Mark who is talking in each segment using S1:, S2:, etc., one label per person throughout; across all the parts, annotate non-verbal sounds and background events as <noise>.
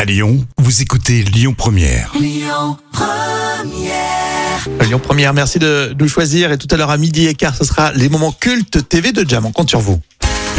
S1: À Lyon, vous écoutez Lyon Première.
S2: Lyon Première, merci de nous choisir. Et tout à l'heure à midi et quart, ce sera les moments cultes TV de Jam. On compte sur vous.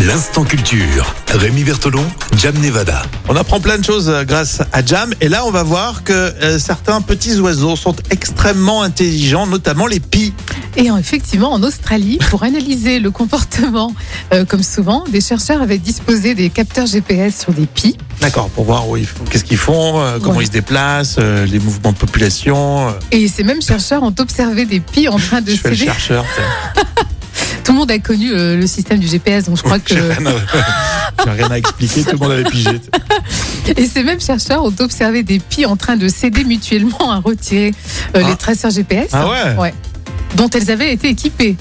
S1: L'instant culture. Rémi Bertolon, Jam Nevada.
S2: On apprend plein de choses euh, grâce à Jam. Et là, on va voir que euh, certains petits oiseaux sont extrêmement intelligents, notamment les pies.
S3: Et en- effectivement, en Australie, pour analyser le comportement, euh, comme souvent, des chercheurs avaient disposé des capteurs GPS sur des pies.
S2: D'accord, pour voir où ils font- qu'est-ce qu'ils font, euh, comment
S3: Ouais.
S2: ils se déplacent, euh, les mouvements de population. euh,
S3: Et ces mêmes chercheurs ont observé des pies en train de
S2: je fais le
S3: céder.
S2: chercheur.
S3: Tout le monde a connu euh, le système du GPS, donc je crois <laughs> que.
S2: J'ai rien, à- <laughs> j'ai rien à expliquer, tout le monde avait
S3: <laughs>
S2: pigé.
S3: Et ces mêmes chercheurs ont observé des pies en train de s'aider mutuellement à retirer euh,
S2: Ah.
S3: les traceurs GPS
S2: Ah ouais
S3: dont elles avaient été équipées.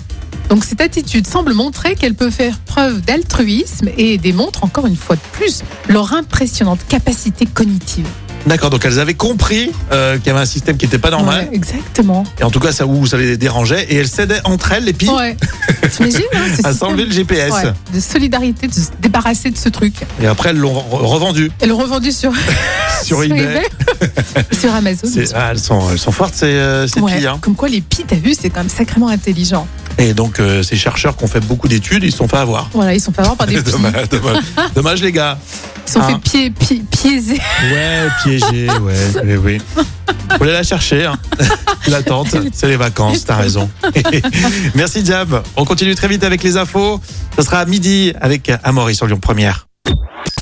S3: Donc cette attitude semble montrer qu'elle peut faire preuve d'altruisme et démontre encore une fois de plus leur impressionnante capacité cognitive.
S2: D'accord, donc elles avaient compris euh, qu'il y avait un système qui n'était pas normal.
S3: Ouais, exactement.
S2: Et en tout cas, ça, où ça les dérangeait. Et elles s'aidaient entre elles, les pies,
S3: Ouais. T'imagines hein, ce
S2: à
S3: système
S2: s'enlever le GPS.
S3: Ouais, de solidarité, de se débarrasser de ce truc.
S2: Et après, elles l'ont re- revendu
S3: Elle le revendu sur,
S2: <laughs> sur eBay.
S3: sur Amazon. bien
S2: C'est-
S3: sûr.
S2: ah, elles, sont, elles sont fortes, ces, euh, ces
S3: Ouais,
S2: filles. hein.
S3: Comme quoi les pies, t'as vu, c'est quand même sacrément intelligent.
S2: Et donc, euh, ces chercheurs qui ont fait beaucoup d'études, ils se sont fait avoir.
S3: Voilà, ils sont
S2: <laughs>
S3: favorables par Ah, des pies.
S2: dommage, dommage. Dommage, les gars.
S3: Ils sont
S2: Hein.
S3: fait pied, pied, piéser.
S2: Ouais, piégé, ouais, <laughs> oui, Eh oui. Faut aller la chercher. hein. <laughs> L'attente, c'est les vacances, t'as raison. <laughs> Merci, Jab. On continue très vite avec les infos. Ça sera à midi avec Amaury sur Lyon Première.